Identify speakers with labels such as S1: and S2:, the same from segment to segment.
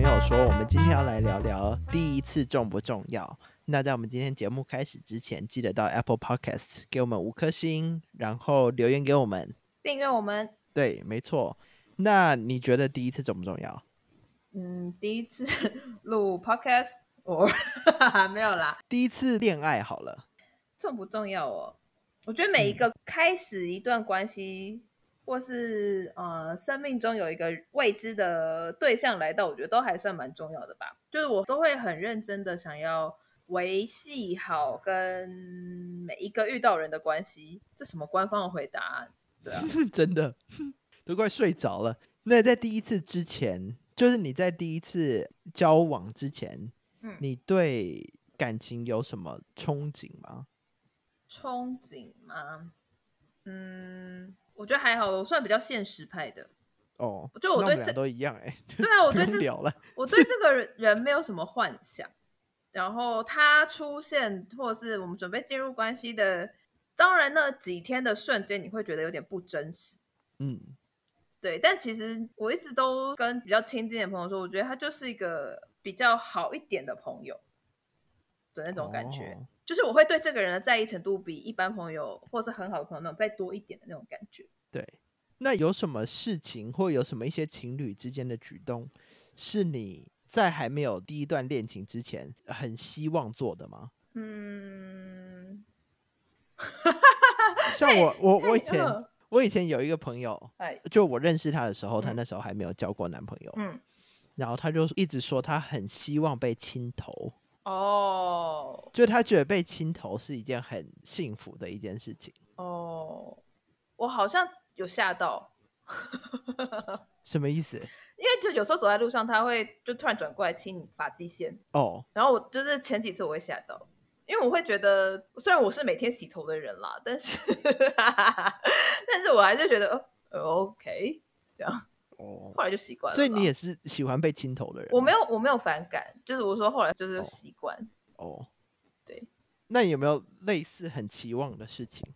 S1: 们今天要来聊聊第一次重不重要。那在我们今天节目开始之前，记得到 Apple Podcast 给我们五颗星，然后留言给我们。
S2: 订阅我们。
S1: 对，没错。那你觉得第一次重不重要？
S2: 嗯，第一次 录 podcast，我 没有啦，
S1: 第一次恋爱好了，
S2: 重不重要哦？我觉得每一个开始一段关系，或是呃生命中有一个未知的对象来到，我觉得都还算蛮重要的吧。就是我都会很认真的想要维系好跟每一个遇到人的关系。这什么官方的回答啊？对啊，
S1: 真的 都快睡着了。那在第一次之前，就是你在第一次交往之前，
S2: 嗯
S1: 你对感情有什么憧憬吗？
S2: 憧憬吗？嗯，我觉得还好，我算比较现实派的。
S1: 哦，
S2: 我觉得我
S1: 那
S2: 对
S1: 们俩
S2: 这
S1: 都一样哎、
S2: 对啊，我
S1: 不
S2: 对
S1: 用
S2: 这
S1: 聊了。
S2: 我对这个人人没有什么幻想。然后他出现，或者是我们准备进入关系的，当然那几天的瞬间，你会觉得有点不真实。
S1: 嗯，
S2: 对，但其实我一直都跟比较亲近的朋友说，我觉得他就是一个比较好一点的朋友的那种感觉，
S1: 哦
S2: 就是我会对这个人的在意程度比一般朋友或是很好的朋友那种再多一点的那种感觉。
S1: 对，那有什么事情或有什么一些情侣之间的举动，是你在还没有第一段恋情之前很希望做的吗？
S2: 嗯，
S1: 像 我，我我以
S2: 太嗯
S1: 前
S2: 饿
S1: 我以前有一个朋友，
S2: 哎，
S1: 就我认识他的时候，他
S2: 嗯
S1: 那时候还没有交过男朋友，
S2: 嗯，
S1: 然后他就一直说他很希望被亲头，
S2: 哦，
S1: 就他觉得被亲头是一件很幸福的一件事情。
S2: 哦，我好像有吓到，
S1: 什么意思？
S2: 因为就有时候走在路上，他会就突然转过来亲你发际线，
S1: 哦，
S2: 然后我就是前几次我会吓到，因为我会觉得虽然我是每天洗头的人啦，但是但是我还是觉得呃呃 OK，
S1: 哦，
S2: 后来就习惯了吧。
S1: 所以你也是喜欢被亲头的人吗？
S2: 我没有我没有反感，就是我说后来就是
S1: 哦
S2: 习惯，
S1: 哦，
S2: 对。
S1: 那有没有类似很期望的事情？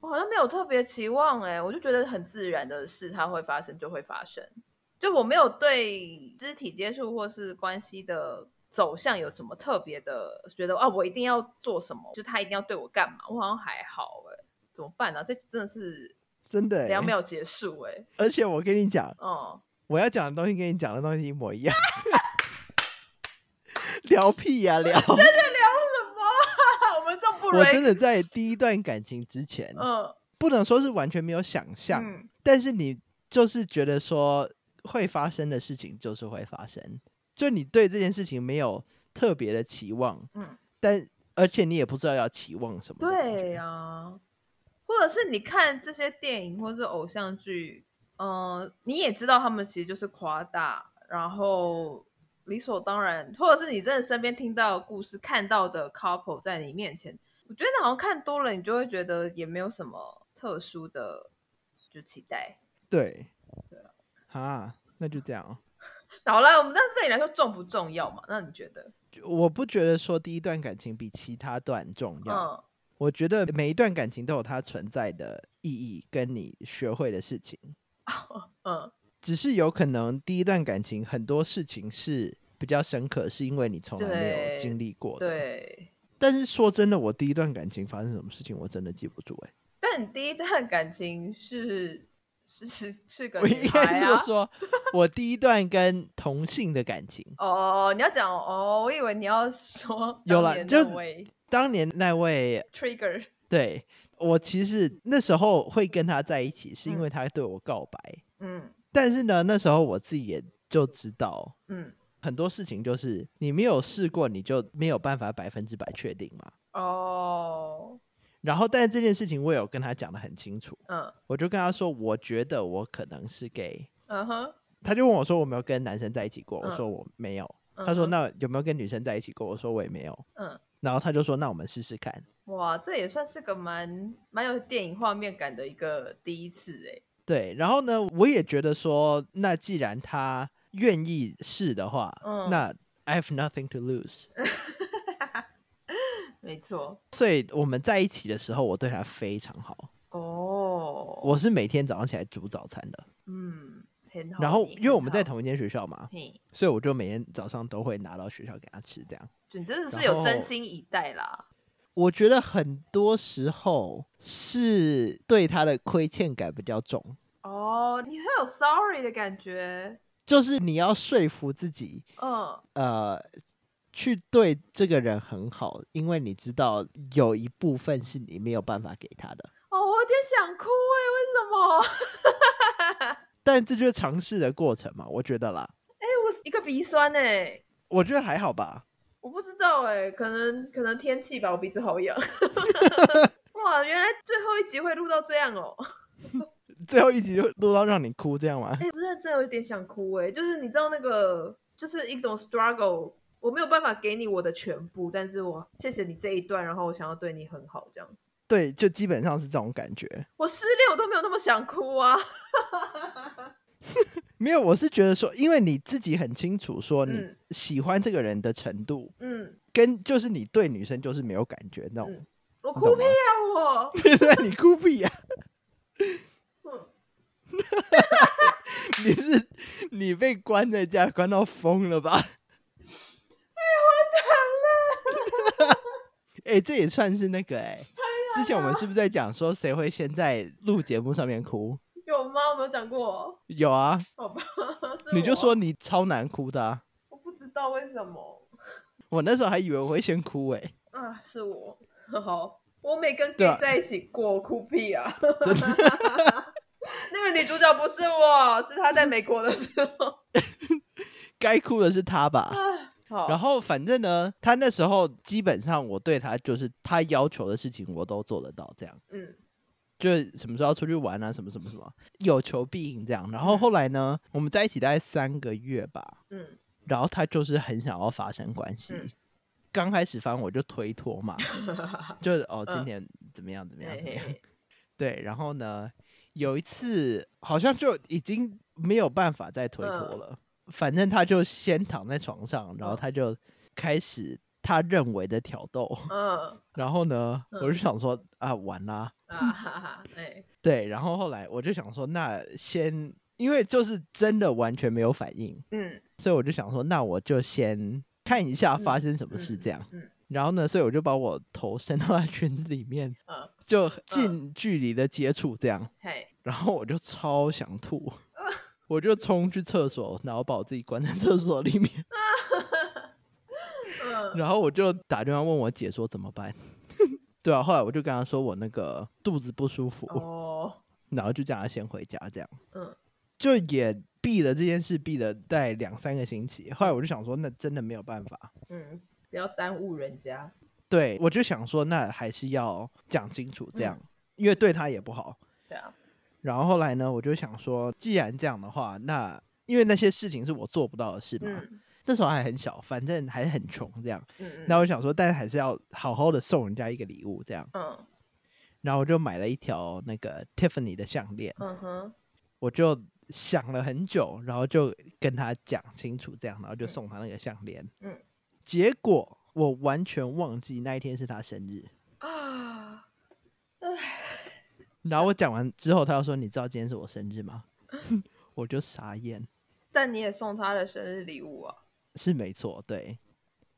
S2: 我好像没有特别期望哎、我就觉得很自然的事，它会发生就会发生。就我没有对肢体接触或是关系的走向有什么特别的，觉得啊，我一定要做什么，就他一定要对我干嘛，我好像还好哎、怎么办呢、啊？这真的是
S1: 真的、
S2: 两
S1: 欸，
S2: 秒结束哎、
S1: 而且我跟你讲，
S2: 哦、
S1: 我要讲的东西跟你讲的东西一模一样。 聊屁呀、 聊！
S2: 我们这不
S1: 我真的在第一段感情之前，
S2: 嗯
S1: 不能说是完全没有想象，
S2: 嗯
S1: 但是你就是觉得说会发生的事情就是会发生，就你对这件事情没有特别的期望，
S2: 嗯，
S1: 但而且你也不知道要期望什么的感觉。
S2: 对呀、啊或者是你看这些电影或是偶像剧，嗯、你也知道他们其实就是夸大，然后理所当然，或者是你真的身边听到的故事、看到的 couple 在你面前，我觉得好像看多了，你就会觉得也没有什么特殊的就期待。
S1: 对，啊，那就这样哦。
S2: 好啦，我们那这里来说重不重要嘛？那你觉得？
S1: 就我不觉得说第一段感情比其他段重要，
S2: 嗯
S1: 我觉得每一段感情都有它存在的意义，跟你学会的事情。
S2: 嗯
S1: 只是有可能第一段感情很多事情是比较深刻，是因为你从来没有
S2: 对
S1: 经历过的。
S2: 对。
S1: 但是说真的，我第一段感情发生什么事情，我真的记不住、欸。
S2: 但你第一段感情是是是是个
S1: 我
S2: 女
S1: 应
S2: 孩
S1: 该
S2: 啊
S1: 是。说，我第一段跟同性的感情，
S2: 哦，你要讲哦，我以为你要说
S1: 有啦
S2: 了
S1: 就当年那位
S2: trigger
S1: 对我其实那时候会跟他在一起，是因
S2: 嗯
S1: 为他对我告白。
S2: 嗯。
S1: 但是呢，那时候我自己也就知道，
S2: 嗯
S1: 很多事情就是你没有试过，你就没有办法百分之百确定嘛。
S2: 哦，
S1: 然后，但是这件事情我有跟他讲的很清楚，
S2: 嗯
S1: 我就跟他说，我觉得我可能是 gay。
S2: 嗯哼，
S1: 他就问我说，我没有跟男生在一起过？我说我没有。他说
S2: 嗯嗯哼
S1: 那有没有跟女生在一起过？我说我也没有。
S2: 嗯，
S1: 然后他就说那我们试试看。
S2: 哇，这也算是个蛮蛮有电影画面感的一个第一次哎，
S1: 对，然后呢，我也觉得说，那既然他愿意试的话，
S2: 嗯
S1: 那 I have nothing to lose。
S2: 没错。
S1: 所以我们在一起的时候，我对他非常好，
S2: 哦，
S1: 我是每天早上起来煮早餐的。
S2: 嗯，很好
S1: 然后
S2: 你
S1: 因为我们在
S2: 很好
S1: 同一间学校嘛，
S2: 嘿，
S1: 所以我就每天早上都会拿到学校给他吃。这样，
S2: 你真的是
S1: 然
S2: 有真
S1: 后
S2: 心以待啦。
S1: 我觉得很多时候是对他的亏欠感比较重，
S2: 哦，你会有 sorry 的感觉，
S1: 就是你要说服自己，
S2: 嗯，
S1: 呃，去对这个人很好，因为你知道有一部分是你没有办法给他的。
S2: 哦，我有点想哭哎、为什么？
S1: 但这就是尝试的过程嘛，我觉得啦，
S2: 哎、我是一个鼻酸哎、
S1: 我觉得还好吧。
S2: 我不知道哎、可能可能天气吧，我鼻子 好痒。哇，原来最后一集会录到这样哦！
S1: 最后一集就录到让你哭这样吗？
S2: 哎、我真的真的有点想哭哎、就是你知道那个，就是一种 struggle，我没有办法给你我的全部，但是我谢谢你这一段，然后我想要对你很好这样子。
S1: 对，就基本上是这种感觉。
S2: 我失恋我都没有那么想哭啊，
S1: 没有，我是觉得说，因为你自己很清楚说你
S2: 嗯
S1: 喜欢这个人的程度，
S2: 嗯，
S1: 跟就是你对女生就是没有感觉那 种
S2: 嗯。我
S1: 你懂
S2: 哭
S1: 吗
S2: 屁啊我，
S1: 对，你哭屁啊呀、
S2: 嗯。
S1: 你是你被关在家关到疯了吧？ 太荒唐了！哎、这也算是那个哎、之前我们是不是在讲说谁会先在录节目上面哭？
S2: 有吗？我没有讲过，哦
S1: 有啊，
S2: 好吧， 是
S1: 你就
S2: 我啊
S1: 说你超难哭的、啊，
S2: 我不知道为什么
S1: 我那时候还以为我会先哭哎、
S2: 啊，是 我，好，我没跟
S1: 对
S2: gay
S1: 啊
S2: 在一起过，我哭屁啊， 那个女主角不是我，是她在美国的时候，
S1: 该哭的是他吧？
S2: 啊好，
S1: 然后反正呢，他那时候基本上我对他就是他要求的事情我都做得到，这样
S2: 嗯
S1: 就是什么时候要出去玩啊，什么什么什么，有求必应这样。然后后来呢，我们在一起大概三个月吧，
S2: 嗯
S1: 然后他就是很想要发生关系。
S2: 嗯
S1: 刚开始反正我就推脱 嘛，就是哦，今
S2: 嗯
S1: 年怎么样怎么样
S2: 嘿
S1: 怎么
S2: 嘿
S1: 样，
S2: 嘿，
S1: 对，然后呢，有一次好像就已经没有办法再推脱
S2: 嗯
S1: 了，反正他就先躺在床上，然后
S2: 嗯
S1: 他就开始他认为的挑逗，
S2: 嗯
S1: 然后呢，我就
S2: 嗯
S1: 想说啊，完啦、
S2: 啊哈哈，哎，
S1: 对，然后后来我就想说，那先，因为就是真的完全没有反应，
S2: 嗯
S1: 所以我就想说，那我就先看一下发
S2: 嗯
S1: 生什么事这样。
S2: 嗯
S1: 然后呢，所以我就把我头伸到他裙子里面，
S2: 嗯，
S1: 就近距离的接触这样。
S2: 嘿，
S1: 然后我就超想 吐，我就冲去厕所，然后把我自己关在厕所里面，
S2: 嗯
S1: 然后我就打电话问我姐说怎么办。 对啊，后来我就跟她说我那个肚子不舒服，
S2: 哦，
S1: 然后就叫她先回家，这样
S2: 嗯
S1: 就也避了这件事，避了大概两三个星期。后来我就想说，那真的没有办法。
S2: 嗯，不要耽误人家，
S1: 对，我就想说，那还是要讲清楚，这样、
S2: 嗯
S1: 因为对她也不好。
S2: 对啊，
S1: 然后后来呢，我就想说，既然这样的话，那因为那些事情是我做不到的事嘛，
S2: 嗯
S1: 那时候还很小，反正还很穷这样。
S2: 嗯
S1: 那
S2: 嗯
S1: 我想说，但还是要好好的送人家一个礼物这样。
S2: 嗯
S1: 然后我就买了一条那个 Tiffany 的项链，
S2: 嗯哼，
S1: 我就想了很久，然后就跟他讲清楚这样，然后就
S2: 嗯
S1: 送他那个项链。
S2: 嗯，
S1: 结果我完全忘记那一天是他生日。
S2: 啊。
S1: 然后我讲完之后，他又说：“你知道今天是我生日吗？” 我就傻眼，
S2: 但你也送他的生日礼物啊？
S1: 是没错，对。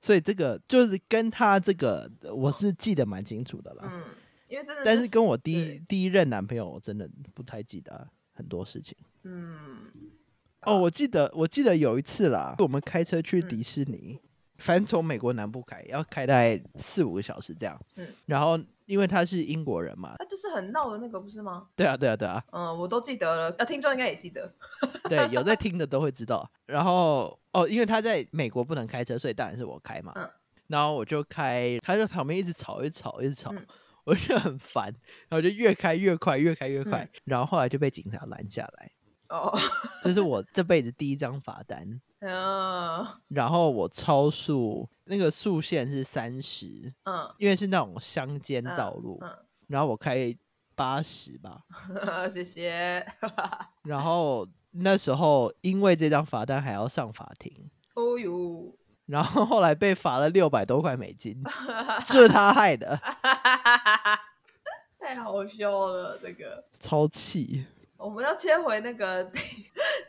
S1: 所以这个就是跟他这个，我是记得蛮清楚的啦。
S2: 嗯，因为真的、
S1: 啊但是跟我第一
S2: 对
S1: 第一任男朋友，我真的不太记得很多事情。
S2: 嗯
S1: 哦，我记得我记得有一次啦，我们开车去
S2: 嗯
S1: 迪士尼，反正从美国南部开，要开大概四五个小时这样。
S2: 嗯
S1: 然后因为他是英国人嘛，
S2: 他啊就是很闹的那个，不是吗？
S1: 对啊，对啊，对啊，
S2: 嗯，我都记得了，啊，听众应该也记得。
S1: 对，有在听的都会知道。然后哦，因为他在美国不能开车，所以当然是我开嘛。
S2: 嗯
S1: 然后我就开，他就旁边一直吵，一直吵，一直吵，
S2: 嗯
S1: 我就很烦，然后就越开越快，越开越快，
S2: 嗯
S1: 然后后来就被警察拦下来。
S2: 哦，
S1: 这是我这辈子第一张罚单。
S2: 嗯
S1: 然后我超速，那个速限是三十，
S2: 嗯，
S1: 因为是那种乡间
S2: 嗯
S1: 道路，
S2: 嗯
S1: 然后我开八十吧。
S2: 谢谢。
S1: 然后那时候因为这张罚单还要上法庭，
S2: 哦哟，
S1: 然后后来被罚了六百多块美金，这是他害 的，
S2: 太好笑了，这个。
S1: 超气。
S2: 我们要切回那个 第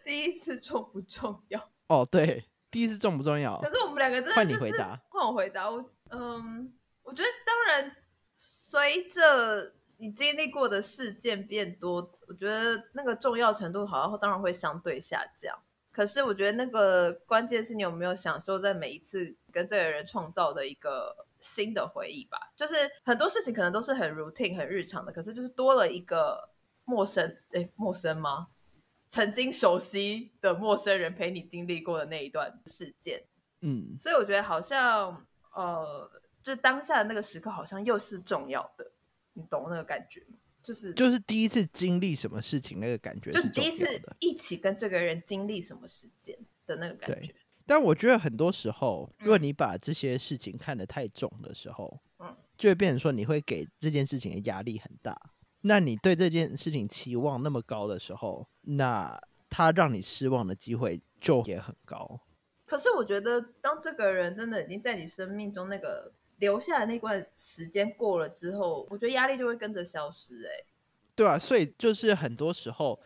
S2: 第一次重不重要？
S1: 哦，对，第一次重不重要
S2: 可？是我们两个真的、就是、
S1: 换你回答，
S2: 换我回答。我嗯，我觉得当然，随着你经历过的事件变多，我觉得那个重要程度好像当然会相对下降。可是我觉得那个关键是你有没有享受在每一次跟这个人创造的一个新的回忆吧。就是很多事情可能都是很 routine、很日常的，可是就是多了一个陌生，哎，陌生吗？曾经熟悉的陌生人陪你经历过的那一段事件。
S1: 嗯，
S2: 所以我觉得好像呃，就当下的那个时刻好像又是重要的，你懂那个感觉吗？就是
S1: 就是第一次经历什么事情，那个感觉
S2: 就是第一次
S1: 重要的
S2: 一起跟这个人经历什么事件的那个感觉
S1: 对。但我觉得很多时候，如果你把这些事情看得太重的时候，
S2: 嗯，
S1: 就会变成说你会给这件事情的压力很大。那你对这件事情期望那么高的时候，那他让你失望的机会就也很高。
S2: 可是我觉得，当这个人真的已经在你生命中那个留下的那段时间过了之后，我觉得压力就会跟着消失、欸。哎，
S1: 对啊，所以就是很多时候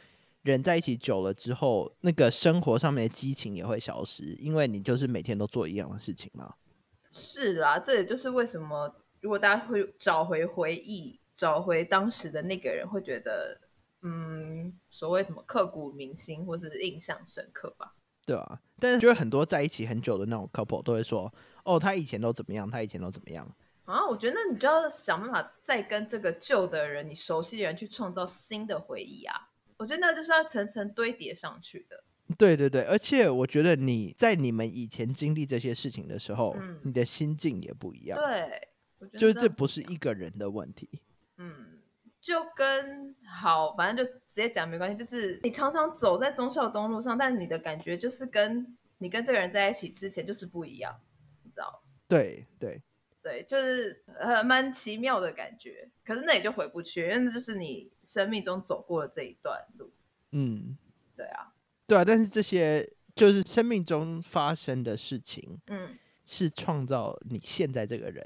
S1: 人在一起久了之后，那个生活上面的激情也会消失，因为你就是每天都做一样的事情嘛。
S2: 是啦，这也就是为什么如果大家会找回回忆，找回当时的那个人，会觉得嗯，所谓什么刻骨铭心或是印象深刻吧。
S1: 对啊，但是就是很多在一起很久的那种 couple 都会说，哦，他以前都怎么样，他以前都怎么样。
S2: 啊，我觉得那你就要想办法再跟这个旧的人、你熟悉的人去创造新的回忆啊。我觉得那就是要层层堆叠上去的。
S1: 对对对，而且我觉得你在你们以前经历这些事情的时候，
S2: 嗯
S1: 你的心境也不一样，
S2: 对，我觉得
S1: 就是
S2: 样
S1: 这不是一个人的问题。
S2: 嗯，就跟好，反正就直接讲没关系。就是你常常走在忠孝东路上，但你的感觉就是跟你跟这个人在一起之前就是不一样，你知道？
S1: 对对，
S2: 对，就是呃蛮奇妙的感觉。可是那也就回不去，因为那就是你生命中走过的这一段路。
S1: 嗯，
S2: 对啊，
S1: 对啊，但是这些就是生命中发生的事情，
S2: 嗯，
S1: 是创造你现在这个人。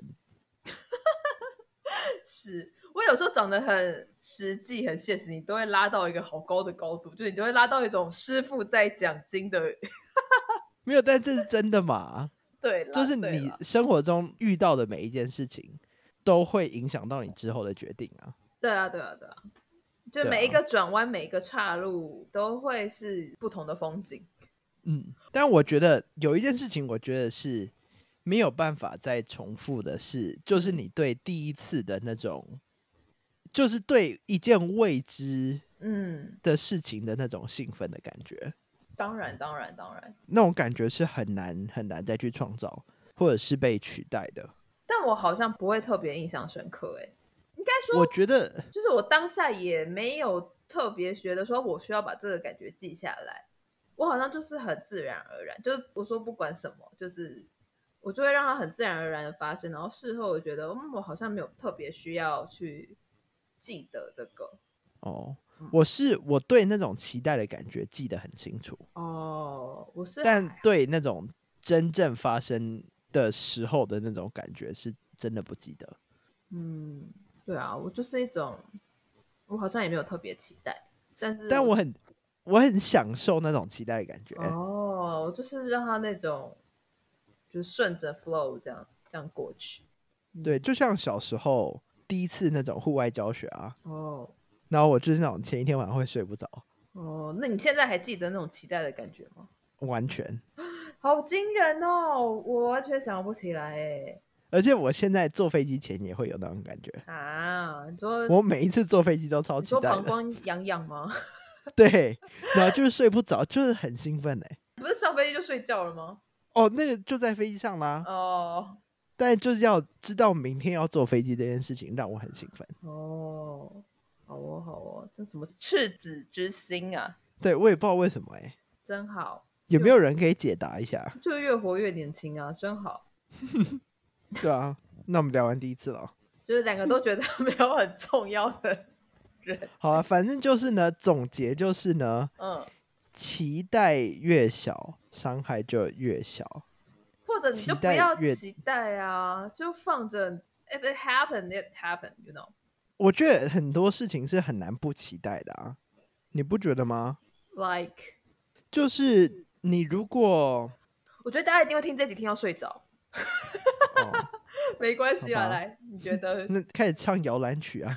S2: 是我有时候长得很实际、很现实，你都会拉到一个好高的高度，就你就会拉到一种师傅在讲经的，
S1: 没有，但这是真的嘛？
S2: 对啦，
S1: 就是
S2: 对啊
S1: 你
S2: 啦
S1: 生活中遇到的每一件事情，都会影响到你之后的决定啊。
S2: 对啊，对啊，对啊，就
S1: 对啊
S2: 每一个转弯、每一个岔路都会是不同的风景。
S1: 嗯，但我觉得有一件事情，我觉得是没有办法再重复的是，就是你对第一次的那种，就是对一件未知
S2: 嗯，
S1: 的事情的那种兴奋的感觉，
S2: 当然，当然，当然。
S1: 那种感觉是很难很难再去创造，或者是被取代的。
S2: 但我好像不会特别印象深刻、欸，应该说
S1: 我觉得
S2: 就是我当下也没有特别觉得说我需要把这个感觉记下来，我好像就是很自然而然，就是我说不管什么，就是我就会让它很自然而然的发生，然后事后我觉得，嗯，我好像没有特别需要去记得这个。
S1: 哦
S2: 嗯，
S1: 我是我对那种期待的感觉记得很清楚，
S2: 哦，我是
S1: 但对那种真正发生的时候的那种感觉是真的不记得。
S2: 嗯，对啊，我就是一种，我好像也没有特别期待，但是
S1: 但我很我很享受那种期待的感觉。
S2: 嗯哦，我就是让他那种就是顺着 flow 这样这样过去。
S1: 对，就像小时候第一次那种户外教学啊，
S2: 哦
S1: 然后我就是那种前一天晚上会睡不着，
S2: 哦，那你现在还记得那种期待的感觉吗？
S1: 完全。
S2: 好惊人哦，我完全想不起来哎
S1: 而且我现在坐飞机前也会有那种感觉，
S2: 啊！你说
S1: 我每一次坐飞机都超
S2: 你
S1: 期
S2: 说
S1: 待
S2: 膀
S1: 的。
S2: 胱痒痒吗？
S1: 对，然后就是睡不着，就是很兴奋哎、
S2: 不是上飞机就睡觉了吗？
S1: 哦，那个就在飞机上啦，
S2: 哦
S1: 但就是要知道明天要坐飞机这件事情让我很兴奋。
S2: 哦，好哦好哦，这什么赤子之心啊，
S1: 对我也不知道为什么哎、
S2: 真好。
S1: 有没有人可以解答一下？
S2: 就越活越年轻啊，真好。
S1: 对啊，那我们聊完第一次了。
S2: 就是两个都觉得 没有很重要的人，
S1: 好了，反正就是呢，总结就是呢，
S2: 嗯，
S1: 期待越小，伤害就越小。
S2: 或者你就
S1: 期
S2: 不
S1: 待
S2: 要
S1: 越
S2: 期待啊，就放着。If it happened, it happened, you know。
S1: 我觉得很多事情是很难不期待的啊，你不觉得吗？
S2: Like，
S1: 就是你如果
S2: 我觉得大家一定会听这几天要睡着，
S1: 哦，
S2: 没关系啦，
S1: 好吧
S2: 来，你觉得
S1: 那开始唱摇篮曲啊，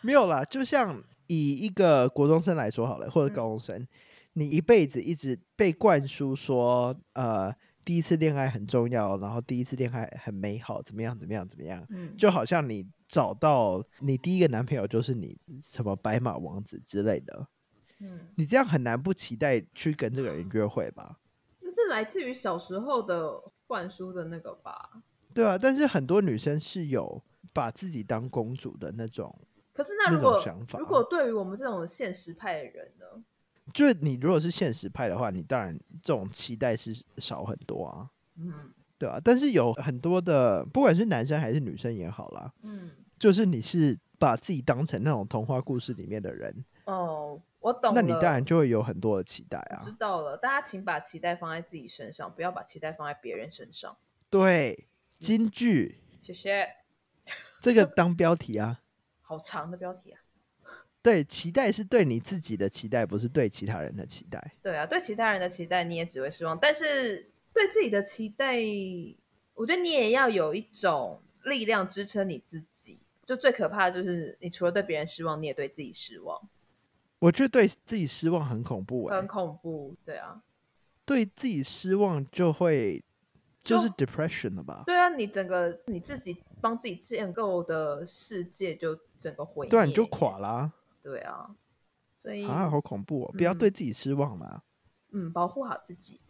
S1: 没有啦，就像以一个国中生来说好了，或者
S2: 嗯
S1: 高中生，你一辈子一直被灌输说，呃，第一次恋爱很重要，然后第一次恋爱很美好，怎么样怎么样怎么样，
S2: 嗯，
S1: 就好像你找到你第一个男朋友就是你什么白马王子之类的，
S2: 嗯，
S1: 你这样很难不期待去跟这个人约会吧？
S2: 这是来自于小时候的灌输的那个吧？
S1: 对啊，但是很多女生是有把自己当公主的那种
S2: 可是那
S1: 那
S2: 如果
S1: 种想法
S2: 如果对于我们这种现实派的人呢？
S1: 就是你如果是现实派的话，你当然这种期待是少很多啊，
S2: 嗯
S1: 对啊，但是有很多的，不管是男生还是女生也好啦，
S2: 嗯，
S1: 就是你是把自己当成那种童话故事里面的人，
S2: 哦，我懂了。
S1: 那你当然就会有很多的期待
S2: 知
S1: 啊。
S2: 道了，大家请把期待放在自己身上，不要把期待放在别人身上。
S1: 对，金句
S2: 谢谢，
S1: 这个当标题啊，
S2: 好长的标题啊。
S1: 对，期待是对你自己的期待，不是对其他人的期待。
S2: 对啊，对其他人的期待你也只会失望，但是对自己的期待，我觉得你也要有一种力量支撑你自己。就最可怕的就是，你除了对别人失望，你也对自己失望，
S1: 我觉得对自己失望很恐怖、欸，
S2: 很恐怖。对啊，
S1: 对自己失望就会就
S2: 就是
S1: depression 了吧？
S2: 对啊，你整个你自己帮自己建构的世界就整个毁灭，
S1: 对啊，你就。垮啦、
S2: 对啊，所以
S1: 啊，好恐怖哦！不要
S2: 嗯
S1: 对自己失望啦。
S2: 嗯，保护好自己。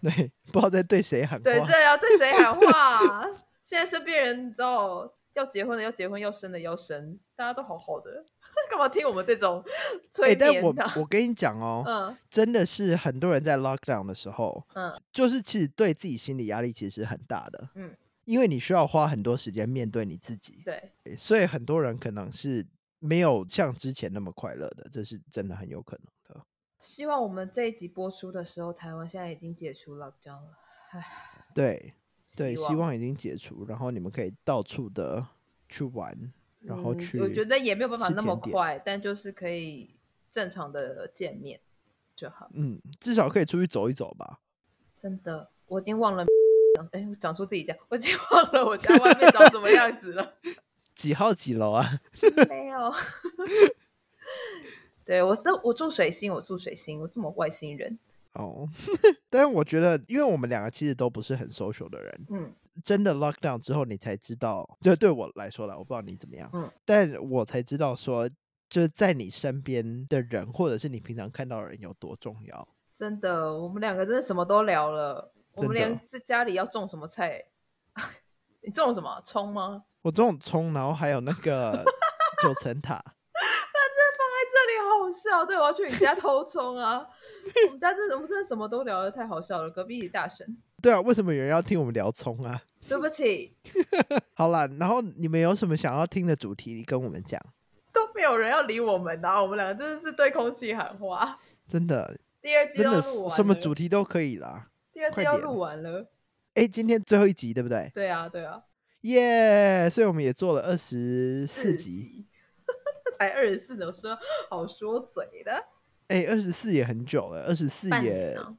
S1: 对，不知道在对谁喊话
S2: 对。对啊， 对谁喊话？现在身边人，你知道，要结婚的要结婚，要生的要生，大家都好好的， 干嘛听我们这种
S1: 哎、
S2: 催
S1: 但
S2: 眠
S1: 我
S2: 的、
S1: 我跟你讲哦，
S2: 嗯
S1: 真的是很多人在 lockdown 的时候，
S2: 嗯
S1: 就是其实对自己心理压力其实很大的。
S2: 嗯，
S1: 因为你需要花很多时间面对你自己，
S2: 对，
S1: 所以很多人可能是没有像之前那么快乐的，这是真的很有可能的。
S2: 希望我们这一集播出的时候，台湾现在已经解除 lockdown 了。
S1: 对对，
S2: 希
S1: 希望已经解除，然后你们可以到处的去玩，然后
S2: 嗯
S1: 去。
S2: 我觉得也没有办法
S1: 吃
S2: 那么
S1: 甜点
S2: 快，但就是可以正常的见面就好。
S1: 嗯，至少可以出去走一走吧。
S2: 真的，我已经忘了， 哎，我讲出自己家，我已经忘了我家外面长什么样子了。
S1: 几号几楼啊？
S2: 没有。对我是我住水星，我住水星，我这么外星人。
S1: 哦， 但是我觉得，因为我们两个其实都不是很 social 的人，
S2: 嗯
S1: 真的 lockdown 之后，你才知道，就对我来说啦，我不知道你怎么样，
S2: 嗯，
S1: 但我才知道说，就是在你身边的人，或者是你平常看到的人有多重要。
S2: 真的，我们两个真的什么都聊了，我们
S1: 真的
S2: 连在家里要种什么菜， 你种了什么葱吗？
S1: 我这种葱，然后还有那个九层塔，
S2: 在这里好好笑，对我要去你家偷葱啊！ 我们家真的我们真的什么都聊的太好笑了，隔壁大神，
S1: 对啊，为什么有人要听我们聊葱啊？
S2: 对不起，
S1: 好啦，然后你们有什么想要听的主题，你跟我们讲，
S2: 都没有人要理我们啊，我们两个真的是对空气喊话。
S1: 真的，
S2: 第二季
S1: 真
S2: 要
S1: 的
S2: 录完了，
S1: 什么主题都可以啦。
S2: 第二季
S1: 快
S2: 要
S1: 点
S2: 录完了，
S1: 哎，今天最后一集对不对？
S2: 对啊对啊，
S1: 耶所以我们也做了二十四集，
S2: 集， 才二十四，有时候好说嘴的。
S1: 哎，二十四也很久了，二十四
S2: 半年
S1: 也
S2: 啊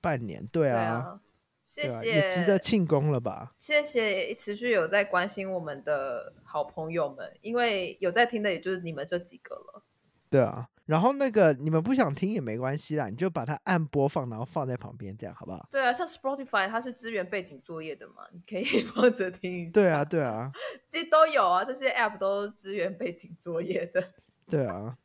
S1: 半年，对
S2: 对
S1: 啊，
S2: 啊，谢
S1: 对啊
S2: 谢，
S1: 也值得庆功了吧？
S2: 谢谢持续有在关心我们的好朋友们，因为有在听的也就是你们这几个了。
S1: 对啊，然后那个你们不想听也没关系啦，你就把它按播放，然后放在旁边，这样好不好？
S2: 对啊，像 Spotify 它是支援背景作业的嘛，你可以 放着听一下。
S1: 对啊，，对啊，
S2: 其实都有啊，这些 App 都支援背景作业的。
S1: 对啊。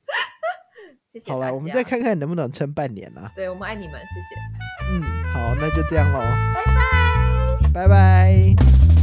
S2: 谢谢
S1: 好
S2: 大
S1: 啦，
S2: 家
S1: 我们再，看看能不能撑半年啊啦。
S2: 对我们爱你们，谢谢。
S1: 嗯，好，那就这样喽，拜拜，拜拜。